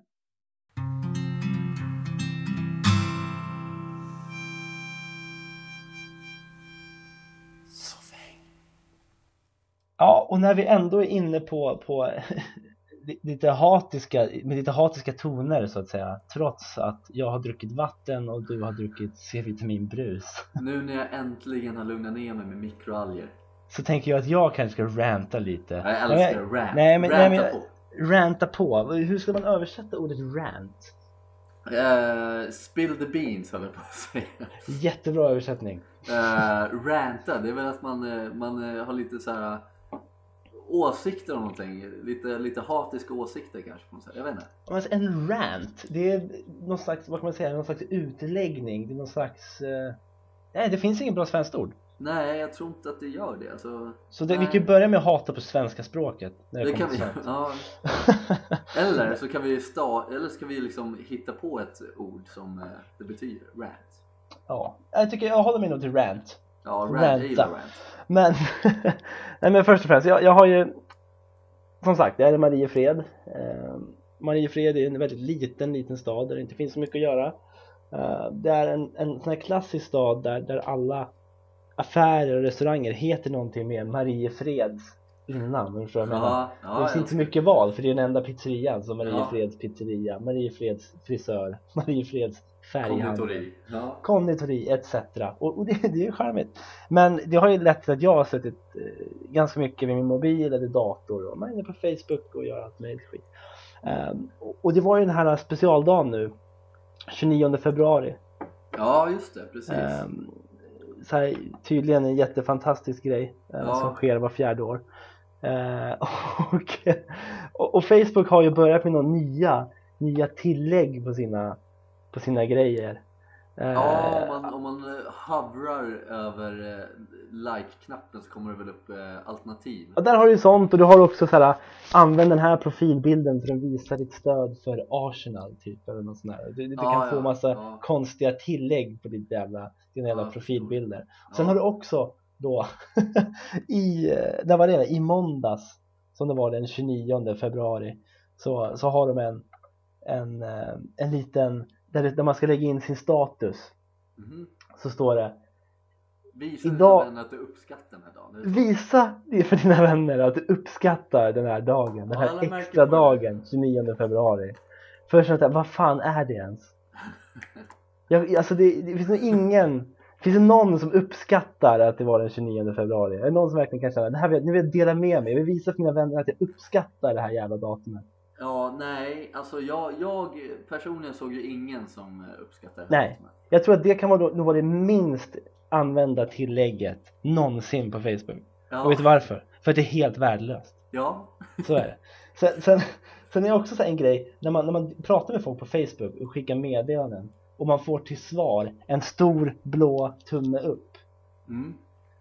Ja, och när vi ändå är inne på, på *laughs* lite, hatiska, med lite hatiska toner så att säga Trots att jag har druckit vatten och du har druckit C-vitaminbrus
Nu när jag äntligen har lugnat ner mig med mikroalger.
*laughs* Så tänker jag att jag kanske ska ranta lite
Jag
Nej,
älskar rant.
nej, men- nej,
Ranta
men-
på.
Ranta på, hur ska man översätta ordet rant?
Eh, spill the beans höll jag på att säga.
Jättebra översättning
Eh, ranta, det är väl att man, eh, man eh, har lite så här åsikter om någonting. Lite, lite hatiska åsikter kanske. På något sätt. Jag vet inte.
Men Alltså, en rant, det är någon slags, vad kan man säga, någon slags utläggning, det är någon slags... Eh... Nej, det finns inget bra svenskt ord.
Nej, jag tror inte att det gör det. Alltså,
Så det, vi
Nej.
kan ju börja med att hata på svenska språket. När det,
det kan
kommer
vi,
till svenskt.
*laughs* ja, Eller så kan vi sta, eller ska vi liksom hitta på ett ord som eh, det betyder. Rant.
*laughs* ja, jag tycker jag håller mig nog till rant.
Ja, rant.
Ranta.
Jag gillar rant.
Men, *laughs* nej men först och främst, jag, jag har ju som sagt, det här är Mariefred. Eh, Mariefred är en väldigt liten, liten stad där det inte finns så mycket att göra. Eh, det är en, en sån här klassisk stad där, där alla affärer och restauranger heter någonting med Mariefreds innan. om du förstår vad jag menar.
Ja,
det
ja,
finns
ja.
inte mycket val för det är den enda pizzerian som
Ja.
Mariefreds pizzeria, Mariefreds frisör, *laughs* Mariefreds färghandel,
Konditori. Ja.
konditori etc. Och, och det, det är ju charmigt. Men det har ju lett till att jag har suttit eh, ganska mycket vid min mobil eller dator och man är inne på Facebook och gör allt möjligt skit. Ehm, och, och det var ju den här specialdagen nu, 29 februari.
ja, just det. Precis.
Ehm, så här, tydligen en jättefantastisk grej eh,
Ja.
som sker var fjärde år. Eh, *laughs* och, och, och Facebook har ju börjat med några nya, nya tillägg på sina, på sina grejer. Eh,
Ja, om man, om man eh, hovrar över eh, like-knappen så kommer det väl upp eh, alternativ.
och där har du ju sånt och du har också så här använd den här profilbilden för den visar ditt stöd för Arsenal typ eller något sånt där. Du, du
Ja,
kan få
ja,
massa
ja.
konstiga tillägg på ditt jävla, dina jävla
Ja, jag förstår.
profilbilder.
Ja.
Sen har du också då *laughs* i, eh, när var det? I måndags som det var den 29 februari så, så har de en, en, eh, en liten, där, det- där man ska lägga in sin status
Mhm.
så står det
Visa
Idag-
Idag... dina vänner att du uppskattar den här dagen. Det är så.
Visa det för dina vänner att du uppskattar den här dagen, den
Ja, alla
här
märker
extra
på det.
dagen 29 februari. Först tänkte jag, vad fan är det ens? Jag, alltså det, det finns nog ingen, finns det någon som uppskattar att det var den 29 februari? Är det någon som verkligen kan känna, det här vill, jag- nu vill jag dela med mig, jag vill visa för mina vänner att jag uppskattar det här jävla datumet.
Ja, nej, alltså jag, jag personligen såg ju ingen som eh, uppskattade
Nej.
Huntsman.
Jag tror att det kan vara, nog vara det minst använda tillägget någonsin på Facebook.
Ja,
Och vet du varför? För att det är helt värdelöst.
Ja,
Så är det. Sen, sen, sen är också så här en grej, när man, när man pratar med folk på Facebook och skickar meddelanden och man får till svar en stor blå tumme upp.
mm.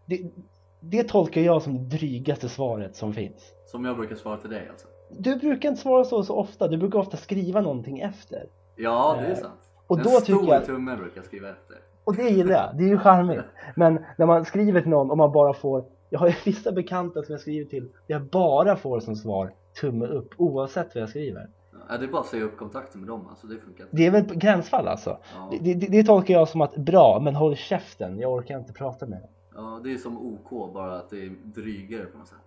Det, det tolkar jag som det drygaste svaret som finns.
som jag brukar svara till dig alltså.
Du brukar inte svara så, så ofta, du brukar ofta skriva någonting efter.
Ja, det är
Eh,
sant.
och
en
då
stor
tycker jag-
tumme brukar jag skriva efter.
Och det gillar jag, det är ju charmigt. Men när man skriver till någon och man bara får, jag har ju vissa bekanta som jag skriver till, där jag bara får som svar tumme upp oavsett vad jag skriver.
Ja, det är bara att säga upp kontakten med dem alltså, det funkar inte.
Det är väl ett gränsfall alltså.
Ja,
Det, det, det tolkar jag som att bra, men håll käften, jag orkar inte prata med dig.
ja, det är som OK, bara att det är drygare på något sätt.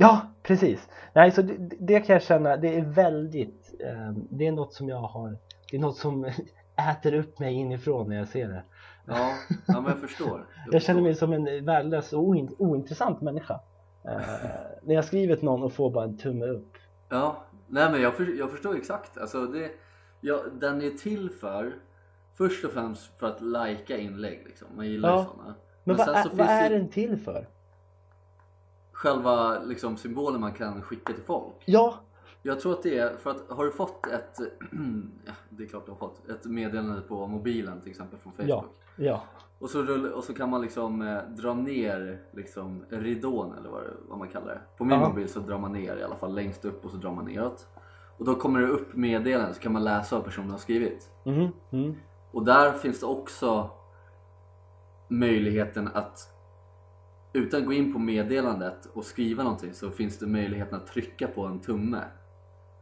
Ja, precis. Nej, så det, det kan jag känna, det är väldigt, eh, det är något som jag har, det är något som *laughs* äter upp mig inifrån när jag ser det.
Ja, ja men jag förstår.
Jag känner
förstår.
mig som en värdelös och oin- ointressant människa. Eh, när jag skriver till någon och får bara en tumme upp.
Ja, nej men jag, för, jag förstår exakt. Alltså det, ja, den är till för, först och främst för att lajka inlägg liksom. Man gillar
Ja.
ja. sådana.
Men, vad, är, vad
ju
är den till för?
själva liksom, symbolen man kan skicka till folk.
Ja,
Jag tror att det är för att har du fått ett, *clears throat* ja, det är klart du har fått, ett meddelande på mobilen till exempel från
ja,
Facebook.
ja.
Och, så rull, och så kan man liksom eh, dra ner liksom ridån eller vad, det- vad man kallar det. På min
Ja.
mobil så drar man ner i alla fall längst upp och så drar man neråt. Och då kommer det upp meddelanden så kan man läsa vad personen har skrivit.
Mhm, mm.
Och där finns det också möjligheten att utan att gå in på meddelandet och skriva någonting så finns det möjligheten att trycka på en tumme.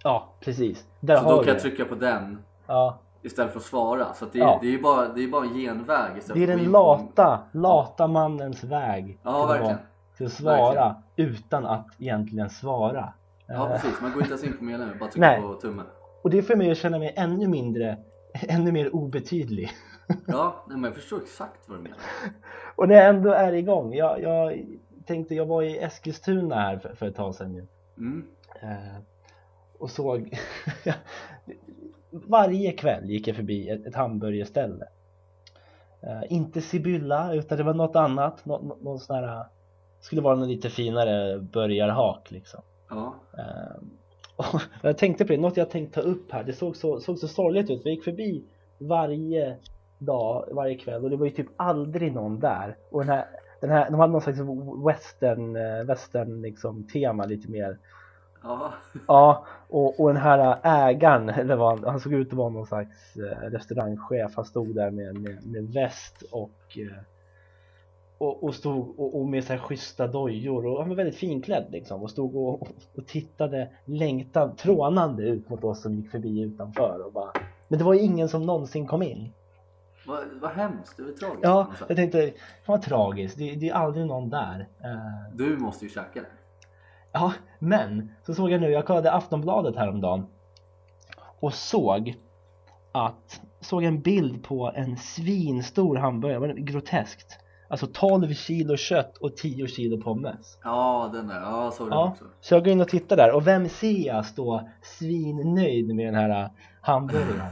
Ja, precis. Där
så då
har
kan
vi
jag
det.
trycka på den
Ja.
istället för att svara. Så att det, är,
Ja.
det är ju bara, det är bara en genväg istället
Det är
för
den
att gå in på en-
lata, lata mannens väg
Ja,
till, att,
verkligen.
vara- till att svara utan att egentligen svara.
Ja precis, man går inte ens in på meddelandet, bara
Eh. Nej.
trycker på tummen.
Och det får mig att känna mig ännu mindre, *laughs* ännu mer obetydlig.
Ja, nej, men jag förstår exakt vad du menar.
Och när jag ändå är igång, jag, jag tänkte, jag var i Eskilstuna här för, för ett tag sedan ju.
Mm.
Eh, och såg, *laughs* varje kväll gick jag förbi ett, ett hamburgerställe. Eh, inte Sibylla, utan det var något annat, nå, nå, någon sån här, skulle vara någon lite finare burgarhak liksom.
Ja,
Eh, *laughs* och jag tänkte på det, något jag tänkte ta upp här, det såg så, såg så sorgligt ut. Vi gick förbi varje dag, varje kväll och det var ju typ aldrig någon där. Och den här, den här, de hade någon slags western, eh, western liksom, tema lite mer.
ja,
Ja, och, och den här ägaren, *laughs* eller vad, han- han såg ut att vara någon slags eh, restaurangchef. Han stod där med, med, med väst och, eh, och, och stod och, och med så här schyssta dojor och han var väldigt finklädd liksom och stod och, och- och tittade längtan, trånande ut mot oss som gick förbi utanför och bara men det var ju ingen som någonsin kom in.
vad, vad hemskt, det är väl tragiskt.
Ja,
på något
jag
sätt.
tänkte, fan vad tragiskt, det, det är aldrig någon där. Eh,
Du måste ju käka det.
Ja, men så såg jag nu, jag kollade Aftonbladet häromdagen och såg att, såg en bild på en svinstor hamburgare, var det groteskt. Alltså 12 kilo kött och 10 kilo pommes.
Ja, den där, ja, så är den
Ja.
också.
Så jag går in och tittar där och vem ser jag stå svinnöjd med den här äh,
*laughs*
hamburgaren?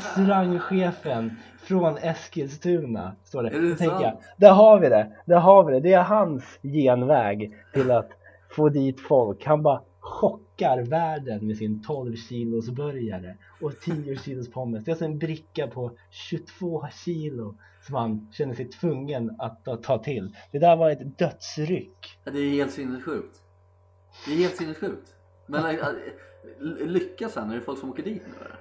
Restaurangchefen från Eskilstuna står det.
Är det
Då tänker jag,
sant?
där har vi det, där har vi det. Det är hans genväg till att få dit folk. Han bara chockar världen med sin 12 kilos burgare och 10 kilos pommes. Det är alltså en bricka på 22 kilo som han känner sig tvungen att ta- ta till. Det där var ett dödsryck.
Ja, det är helt sinnessjukt. Det är helt sinnessjukt. Men äh, äh, ly- lyckas han? Är det folk som åker dit nu eller?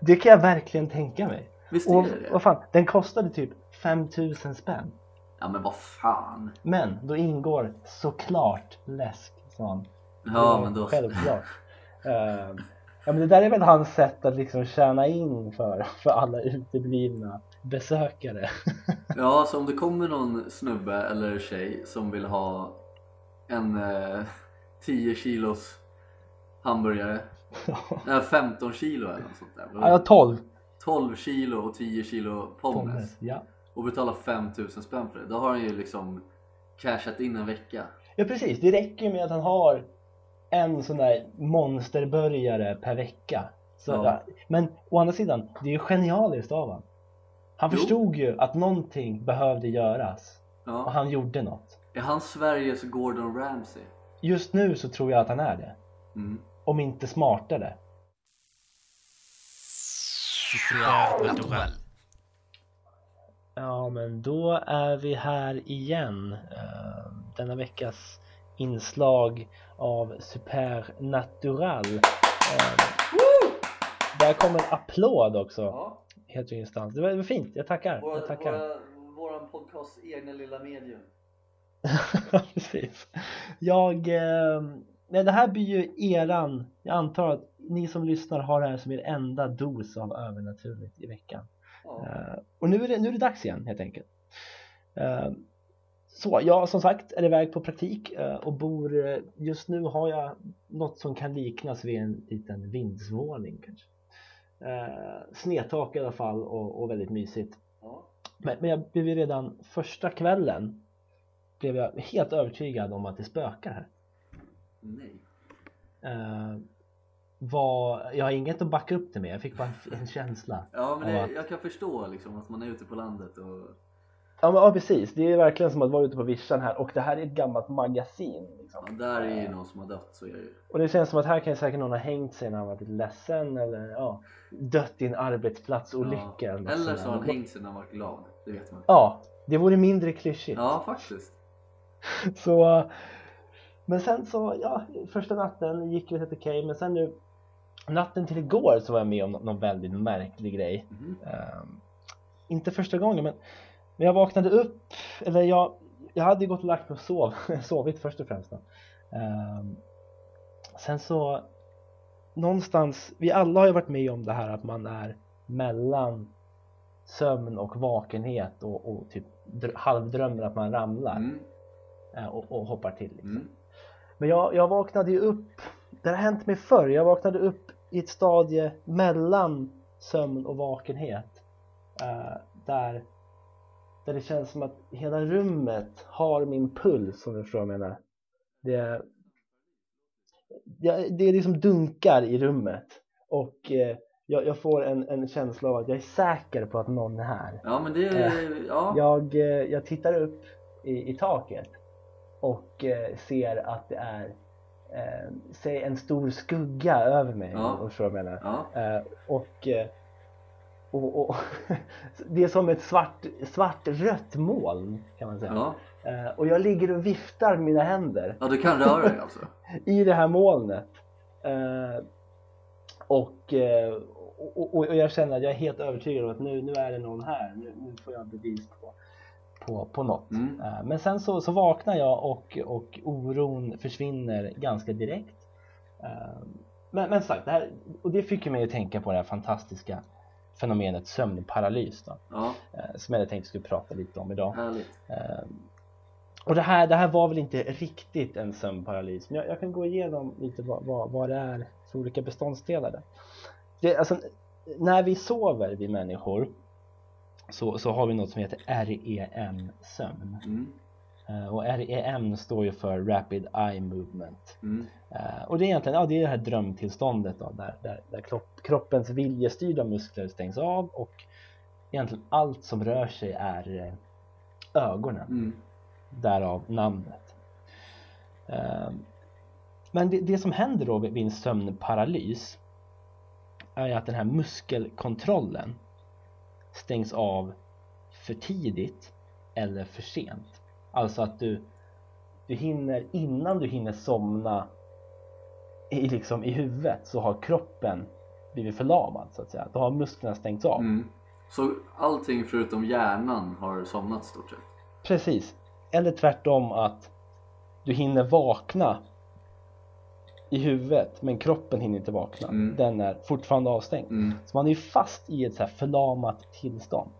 Det kan jag verkligen tänka mig.
Visst
Och
är det
vad
det?
fan, den kostade typ 5000 spänn.
Ja men vad fan.
Men då ingår såklart läsk, sa han.
Ja
Eh,
men då
Självklart. Eh, ja, men det där är väl hans sätt att liksom tjäna in för, för alla uteblivna besökare.
Ja, så om det kommer någon snubbe eller tjej som vill ha en eh, 10 kilos hamburgare. Nej, 15 kilo eller något sånt där.
Ja, jag har 12
12 kilo och 10 kilo pommes.
pommes. Ja.
Och betala 5000 spänn för det. Då har han ju liksom cashat in en vecka.
ja, precis. Det räcker ju med att han har en sån där monsterbörjare per vecka. Så
Ja.
där. Men å andra sidan, det är ju genialiskt av han. Han
Jo.
förstod ju att någonting behövde göras och
Ja.
han gjorde något.
Är han Sveriges Gordon Ramsay?
Just nu så tror jag att han är det,
Mm.
om inte smartare. Ja, men då är vi här igen. Eh, Denna veckas inslag av Supernatural. Eh, Där kommer en applåd också,
Ja.
helt ur instans. Det var det var fint, jag tackar.
Våra,
Jag tackar.
våra, våran podcasts egna lilla medium.
*laughs* Precis. Jag... eh, Nej, det här blir ju eran. Jag antar att ni som lyssnar har det här som er enda dos av övernaturligt i veckan.
Ja.
Eh, och nu är, det, nu är det dags igen helt enkelt. Eh, så jag som sagt är iväg på praktik eh, och bor eh, just nu har jag något som kan liknas vid en liten vindsvåning kanske. Eh, snedtak i alla fall och, och väldigt mysigt.
Ja.
Men, men jag blev ju redan första kvällen blev jag helt övertygad om att det spökar här.
Nej.
Eh, var, jag har inget att backa upp det med, jag fick bara en, en känsla.
Ja men det,
Ja.
jag kan förstå liksom att man är ute på landet och...
Ja, men, ja precis, det är verkligen som att vara ute på vischan här och det här är ett gammalt magasin. Liksom.
Ja, där är ju någon som har dött, så är det ju.
Och det känns som att här kan ju säkert någon ha hängt sig när han varit lite ledsen eller ja, dött i en arbetsplatsolycka.
Ja.
något
Eller
sånt
så
där.
har han hängt sig när han var glad, det vet man.
Ja, det vore mindre klyschigt.
Ja faktiskt.
Så, men sen så, ja, första natten gick det helt okej men sen nu natten till igår så var jag med om nå- någon väldigt märklig grej.
Mhm.
Ehm, inte första gången men, men jag vaknade upp, eller jag, jag hade ju gått och lagt mig och sov, *laughs* sovit först och främst. Då. Ehm, sen så, någonstans, vi alla har ju varit med om det här att man är mellan sömn och vakenhet och, och typ dr- halvdrömmer att man ramlar
Mm.
eh, och, och hoppar till. Liksom.
Mm.
Men jag, jag vaknade ju upp, det har hänt mig förr, jag vaknade upp i ett stadie mellan sömn och vakenhet. eh, där, där det känns som att hela rummet har min puls om du förstår vad jag menar. Det, det, det är liksom dunkar i rummet och eh, jag, jag får en, en känsla av att jag är säker på att någon är här.
Ja men det är... Ja.
Jag, eh, jag tittar upp i, i taket och eh, ser att det är eh, säg en stor skugga över mig.
Ja.
Och så jag menar.
Ja.
Eh, och, eh, och, *laughs* och det är som ett svart, svart-rött moln kan man säga.
Ja.
Eh, och jag ligger och viftar med mina händer
Ja du kan röra dig alltså?
i det här molnet. Eh, och, eh, och, och, och jag känner att jag är helt övertygad om att nu, nu är det någon här. Nu, nu får jag bevis på, på, på något.
Mm.
Eh, men sen så, så vaknar jag och, och oron försvinner ganska direkt. Eh, men, men sagt, det här, och det fick ju mig att tänka på det här fantastiska fenomenet sömnparalys då,
Ja,
eh, som jag tänkte skulle prata lite om idag.
härligt.
Ehm, Och det här, det här var väl inte riktigt en sömnparalys, men jag, jag kan gå igenom lite vad, vad, vad det är för olika beståndsdelar. Där. Det, alltså, när vi sover, vi människor, så, så har vi något som heter REM-sömn.
Mm.
Eh, Och REM står ju för Rapid Eye Movement.
Mm.
Eh, Och det är egentligen ja, det, är det här drömtillståndet då, där, där, där kropp, kroppens viljestyrda muskler stängs av och egentligen allt som rör sig är eh, ögonen
Mm.
därav namnet. Ehm, Men det, det som händer då vid vid en sömnparalys är ju att den här muskelkontrollen stängs av för tidigt eller för sent. Alltså att du, du hinner, innan du hinner somna i, liksom, i huvudet så har kroppen blivit förlamad så att säga. Då har musklerna stängts av.
Mm. Så allting förutom hjärnan har somnat stort sett?
Precis. Eller tvärtom att du hinner vakna i huvudet men kroppen hinner inte vakna.
Mm.
Den är fortfarande avstängd.
Mm.
Så man är ju fast i ett så här förlamat tillstånd.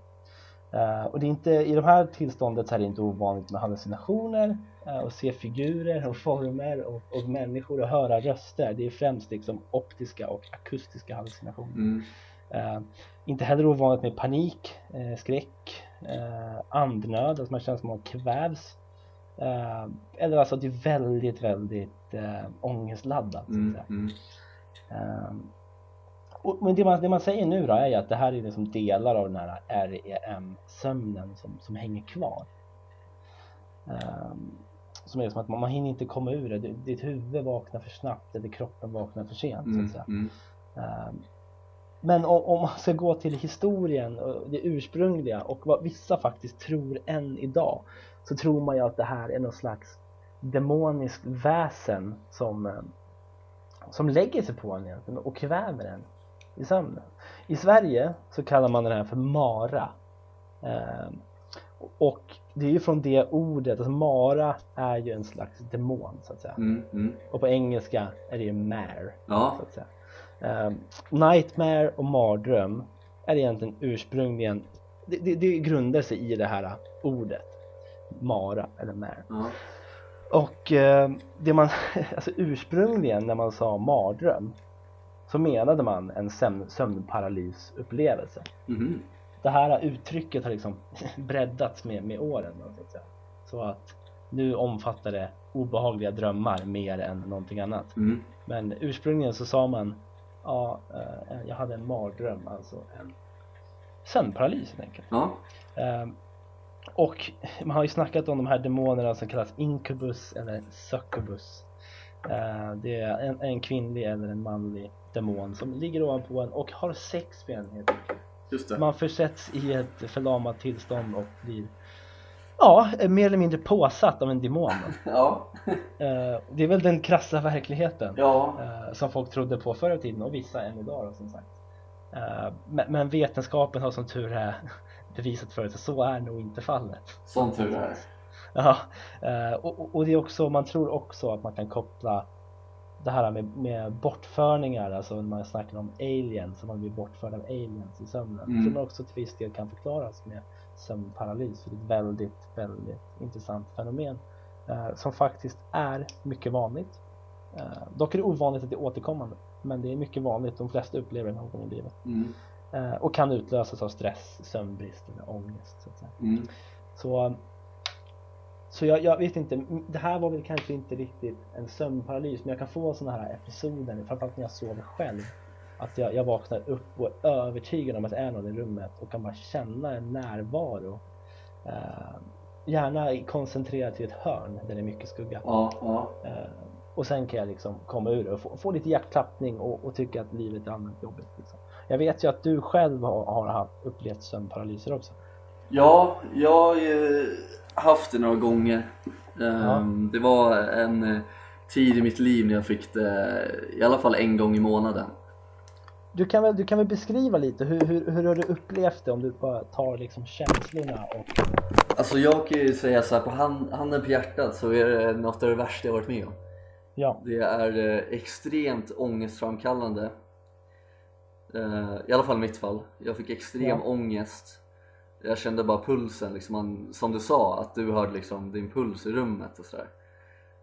Eh, och det är inte, i det här tillståndet så är det inte ovanligt med hallucinationer eh, och se figurer och former och, och människor och höra röster. Det är främst liksom optiska och akustiska hallucinationer.
Mm.
Eh, inte heller ovanligt med alltså panik, eh, skräck, eh, andnöd, att man känner som att man kvävs. Eh, eller alltså det är väldigt, väldigt eh, ångestladdat. Så att
Mm,
säga.
mm.
Ehm, och, men det man, det man säger nu då är ju att det här är liksom delar av den här REM-sömnen som, som hänger kvar. Ehm, som är som att man, man hinner inte komma ur det. Ditt- Ditt huvud vaknar för snabbt eller kroppen vaknar för sent. Så
Mm,
att säga.
mm.
Ehm, Men om, om man ska gå till historien, och det ursprungliga och vad vissa faktiskt tror än idag så tror man ju att det här är någon slags demoniskt väsen som, eh, som lägger sig på en egentligen och kväver en i sömnen. I Sverige så kallar man den här för mara. Ehm, Och det är ju från det ordet, alltså mara är ju en slags demon så att säga.
Mm, mm.
Och på engelska är det ju mare så
Ja,
att säga. Ehm, Nightmare och mardröm är egentligen ursprungligen, det, det, det grundar sig i det här ordet. Mara eller mare.
ja.
Och eh, det man, *laughs* alltså ursprungligen när man sa mardröm så menade man en sömn, sömnparalysupplevelse.
Mhm.
Det här uttrycket har liksom *laughs* breddats med, med åren. då, Så att, säga. så att nu omfattar det obehagliga drömmar mer än någonting annat.
Mm.
Men ursprungligen så sa man Ja, eh, jag hade en mardröm, alltså en sömnparalys helt enkelt.
Ja,
Eh, Och man har ju snackat om de här demonerna som kallas incubus eller succubus. Eh, Det är en, en kvinnlig eller en manlig demon som ligger ovanpå en och har sex med en helt enkelt.
just det.
Man försätts i ett förlamat tillstånd och blir Ja, mer eller mindre påsatt av en demon.
Ja,
Eh, Det är väl den krassa verkligheten.
ja.
Eh, som folk trodde på förr i tiden och vissa än idag då, som sagt. Eh, men, men vetenskapen har som tur är *laughs* bevisat förut att så är nog inte fallet.
Sån tur är.
Ja, eh, och, och- och det är också, man tror också att man kan koppla det här med, med bortförningar, alltså när man snackar om aliens, om man blir bortförd av aliens i sömnen.
Mm.
Tror man också till viss del kan förklaras med sömnparalys. För det är ett väldigt, väldigt intressant fenomen eh, som faktiskt är mycket vanligt. Eh, dock är det ovanligt att det är återkommande, men det är mycket vanligt. De flesta upplever det någon gång i livet
Mm,
eh, och kan utlösas av stress, sömnbrist eller ångest. Så att säga.
mm.
Så, så jag, jag vet inte, det här var väl kanske inte riktigt en sömnparalys men jag kan få sådana här episoder, framförallt när jag sover själv. Att jag, jag vaknar upp och är övertygad om att det är någon i rummet och kan bara känna en närvaro. Eh, gärna koncentrerad till ett hörn där det är mycket skugga.
Ja, ja.
Eh, och sen kan jag liksom komma ur det och få, få lite hjärtklappning och, och tycka att livet är allmänt jobbigt. Liksom. Jag vet ju att du själv har, har haft, upplevt sömnparalyser också.
Ja, jag har ju haft det några gånger. Ehm, Det var en eh, tid i mitt liv när jag fick det i alla fall en gång i månaden.
Du kan väl, du kan väl beskriva lite, hur, hur, hur har du upplevt det om du bara tar liksom känslorna och...
Alltså jag kan ju säga så här på hand, handen på hjärtat så är det något av det värsta jag varit med om.
Ja,
Det är eh, extremt ångestframkallande. Eh, I alla fall i mitt fall. Jag fick extrem
Ja.
ångest. Jag kände bara pulsen, liksom man, som du sa, att du hörde liksom din puls i rummet och sådär.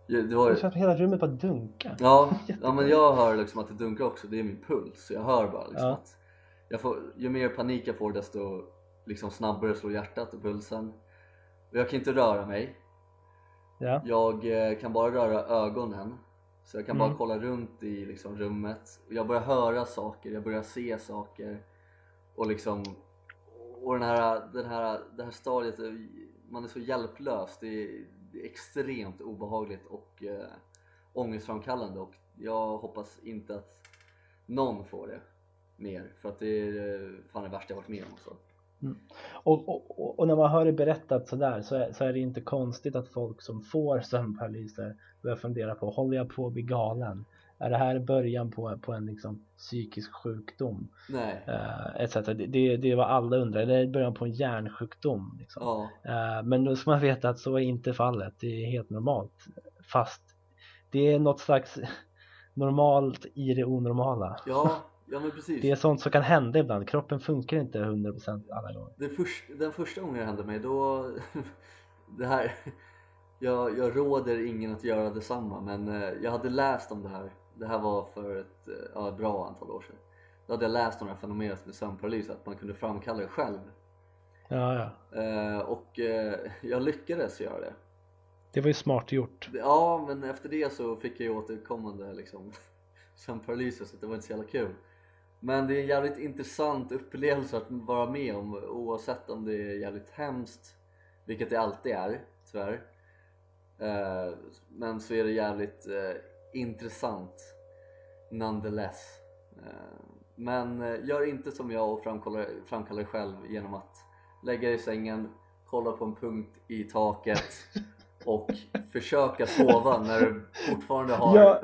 Ja, Det var,
det känns som att hela rummet bara dunkar.
Ja, ja men jag hör liksom att det dunkar också, det är min puls. Jag hör bara liksom
Ja.
att jag får, ju mer panik jag får desto liksom snabbare slår hjärtat och pulsen. Och jag kan inte röra mig.
Ja.
Jag eh, kan bara röra ögonen. Så jag kan
Mm.
bara kolla runt i liksom, rummet. Och Jag börjar höra saker, jag börjar se saker. Och liksom och den här, den här, det här stadiet, eh, man är så hjälplös. Det är, det är extremt obehagligt och eh, ångestframkallande och jag hoppas inte att någon får det mer för att det är eh, fan det värsta jag varit med om. alltså. Också.
Och, och, och- och när man hör det berättat sådär så är, så är det inte konstigt att folk som får sömnparalyser börjar fundera på, håller jag på att bli galen? Är det här början på, på en liksom psykisk sjukdom?
Nej.
Eh, etc. Det, det, det är vad alla undrar, eller är det början på en hjärnsjukdom? Liksom?
Ja,
Eh, Men då ska man veta att så är inte fallet. Det är helt normalt. Fast det är något slags *laughs* normalt i det onormala.
ja, ja men precis.
Det är sånt som kan hända ibland. Kroppen funkar inte 100% alla gånger.
Det först, den första gången det hände mig då... *laughs* det här, jag, jag råder ingen att göra detsamma men eh, jag hade läst om det här. Det här var för ett, eh, ja, ett bra antal år sedan. Då hade jag läst om det här fenomenet med sömnparalys, att man kunde framkalla det själv.
Ja, ja.
Eh, och eh, jag lyckades göra det.
Det var ju smart gjort.
Ja, men efter det så fick jag ju återkommande liksom *laughs* sömnparalys så det var inte så jävla kul. Men det är en jävligt intressant upplevelse att vara med om oavsett om det är jävligt hemskt, vilket det alltid är tyvärr. Eh, Men så är det jävligt eh, intressant nonetheless. Eh, Men eh, gör inte som jag och framkallar, framkallar själv genom att lägga dig i sängen, kolla på en punkt i taket och försöka sova när du fortfarande har
Ja.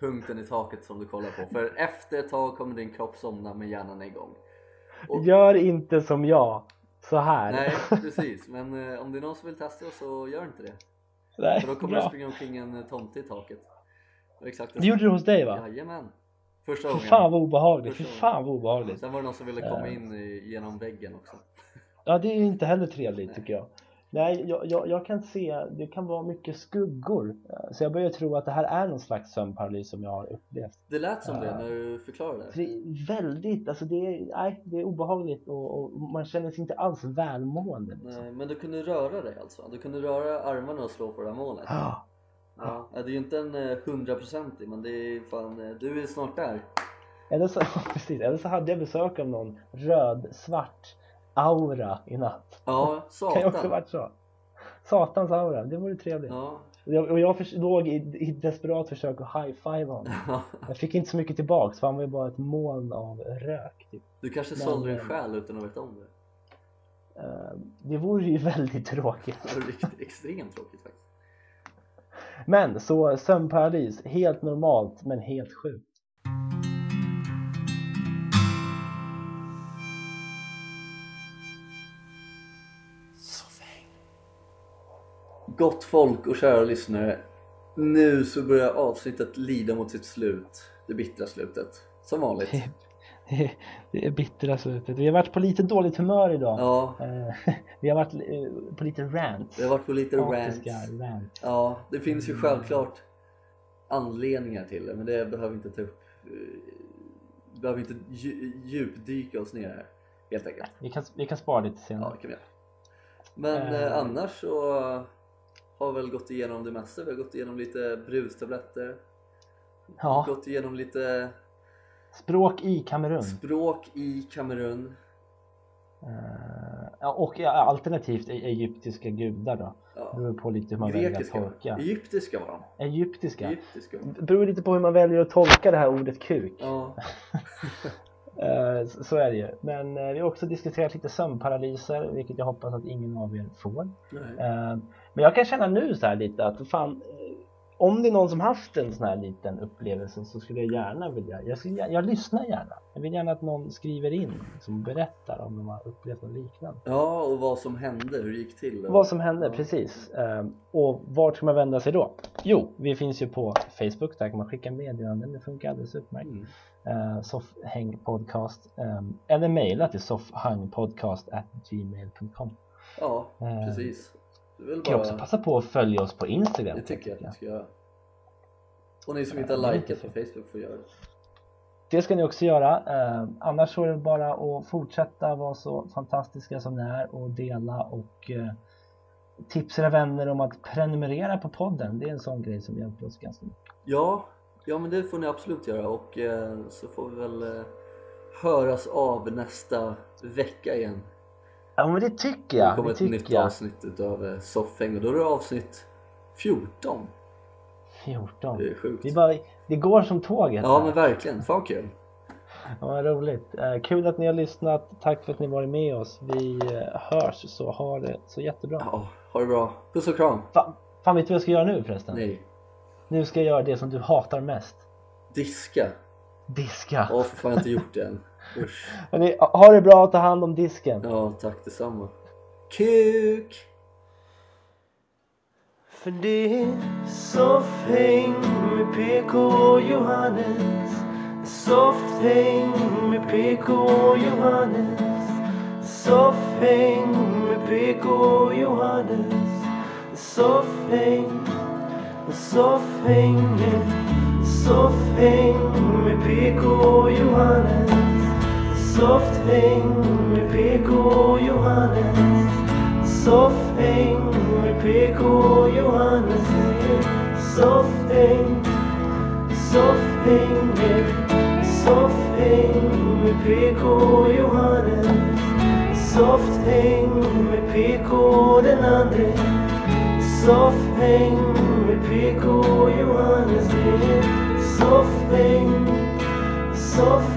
punkten i taket som du kollar på. För efter ett tag kommer din kropp somna men hjärnan är igång. Och-
Gör inte som jag. Så här.
Nej, precis. Men eh, om det är någon som vill testa så gör inte det.
*laughs* *laughs* Nej,
För då kommer
bra.
det springa omkring en eh, tomte i taket. Det var Exakt
Det gjorde det hos dig va?
Jajamän. Första
Fy
gången.
fan vad obehagligt. Fy
Första
fan vad Eh. obehagligt.
Sen var det någon som ville komma in i, genom väggen också.
Ja, det är ju inte heller trevligt tycker jag. Nej, jag, jag, jag kan se, det kan vara mycket skuggor. Eh, Så jag börjar tro att det här är någon slags sömnparalys som jag har upplevt.
Det lät som
Ah.
det när du förklarade.
För det är väldigt, alltså det är, nej, det är obehagligt och, och man känner sig inte alls välmående. Liksom.
Nej, Eh, Men du kunde röra dig alltså? Du kunde röra armarna och slå på det här målet?
Ah,
Ja. Det är ju inte en eh, hundraprocentig men det är fan, eh, du är snart där.
Eller så, *laughs* precis, eller så hade jag besök av någon röd-svart aura i natt.
Ja,
Kan ju också
satan.
varit så. Satans aura, det vore trevligt.
Ja. *laughs*
Och jag, och jag förs- låg i, i ett desperat försök att high-five honom. Jag fick inte så mycket tillbaks för han var ju bara ett moln av rök. Typ.
Du kanske
Men-
sålde din själ utan att veta om det.
Eh, Det vore ju *laughs* väldigt tråkigt.
Det var riktigt *laughs* extremt tråkigt faktiskt.
Men så sömnparalys, helt normalt men helt sjukt.
Gott folk och kära lyssnare. Nu så börjar avsnittet lida mot sitt slut. Det bittra slutet. Som vanligt.
Det är- Det är bittra slutet. Vi har varit på lite dåligt humör idag.
Ja,
Eh, *laughs* Vi har varit eh, på lite rants.
det har varit på lite rants.
Hatiska rants.
Ja, det finns ju självklart anledningar till det men det behöver vi inte ta upp. eh, Behöver vi inte dju- djupdyka oss ner här helt enkelt.
Vi kan, vi kan spara det till
Ja,
senare.
det kan vi göra. Men
Eh.
eh, annars så har vi väl gått igenom det mesta. Vi har gått igenom lite brustabletter,
Ja,
gått igenom lite
språk i Kamerun.
språk i Kamerun.
Eh, ja, Och ja, alternativt e- egyptiska gudar då. Det
Ja.
beror på lite hur man väljer att
Grekiska var
tolka.
de. Egyptiska var de.
Egyptiska.
Egyptiska var de.
Det beror lite på hur man väljer att tolka det här ordet kuk.
Ja,
Eh, så så är det ju. Men eh, vi har också diskuterat lite sömnparalyser, vilket jag hoppas att ingen av er får.
nej.
Eh, men jag kan känna nu så här lite att fan, eh, om det är någon som haft en sån här liten upplevelse så skulle jag gärna vilja, jag, skulle, gär- jag lyssnar gärna. Jag vill gärna att någon skriver in liksom, och berättar om de har upplevt något liknande.
ja, och vad som hände, hur det gick till. och-
Vad som hände,
Ja.
precis. Eh, Och vart ska man vända sig då? Jo, vi finns ju på Facebook, där kan man skicka meddelanden, det funkar alldeles utmärkt.
Mm.
eh, soffhang podcast eh, eller mejla till soffhangpodcast@gmail.com.
Ja,
Eh,
precis. Det är väl
Kan jag
bara...
också passa på att följa oss på Instagram.
Det tycker jag att ni ska göra. Och ni som
Ja,
inte
det
har
är
likat på
inte
Facebook får göra det.
Det ska ni också göra. Eh, annars så är det bara att fortsätta vara så fantastiska som ni är och dela och eh, tipsa era vänner om att prenumerera på podden. Det är en sån grej som hjälper oss ganska mycket.
Ja, ja men det får ni absolut göra och eh, så får vi väl eh, höras av nästa vecka igen.
Ja men det tycker
det
jag.
kommer
Det
ett nytt
tycker jag.
avsnitt utav eh, Soffhäng och då är det avsnitt 14.
14.
Det är sjukt.
Det, är bara, det går som tåget.
Ja
här.
men verkligen, fan vad kul.
Ja, vad roligt. Eh, Kul att ni har lyssnat. Tack för att ni varit med oss. Vi eh, hörs så ha det så jättebra.
Ja, ha det bra. Puss och kram.
Fan, fan vet du vad jag ska göra nu förresten?
Nej,
Nu ska jag göra det som du hatar mest.
diska.
Diska.
Åh för fan jag har inte gjort det än. Usch.
Hörrni, ha det bra och ta hand om disken.
Ja, tack detsamma. Kuk!
För det är soffhäng med PK och Johannes Softhäng med PK och Johannes Soffhäng med PK och Johannes Soffhäng, soffhäng Soffhäng med PK och Johannes Soffhäng med PK och Johannes Soffhäng med PK Johannes. Soffhäng, soffhäng med, soffhäng med PK Johannes. Soffhäng med PK den andre. Soffhäng med PK Johannes. Det är Soffhäng, soffhäng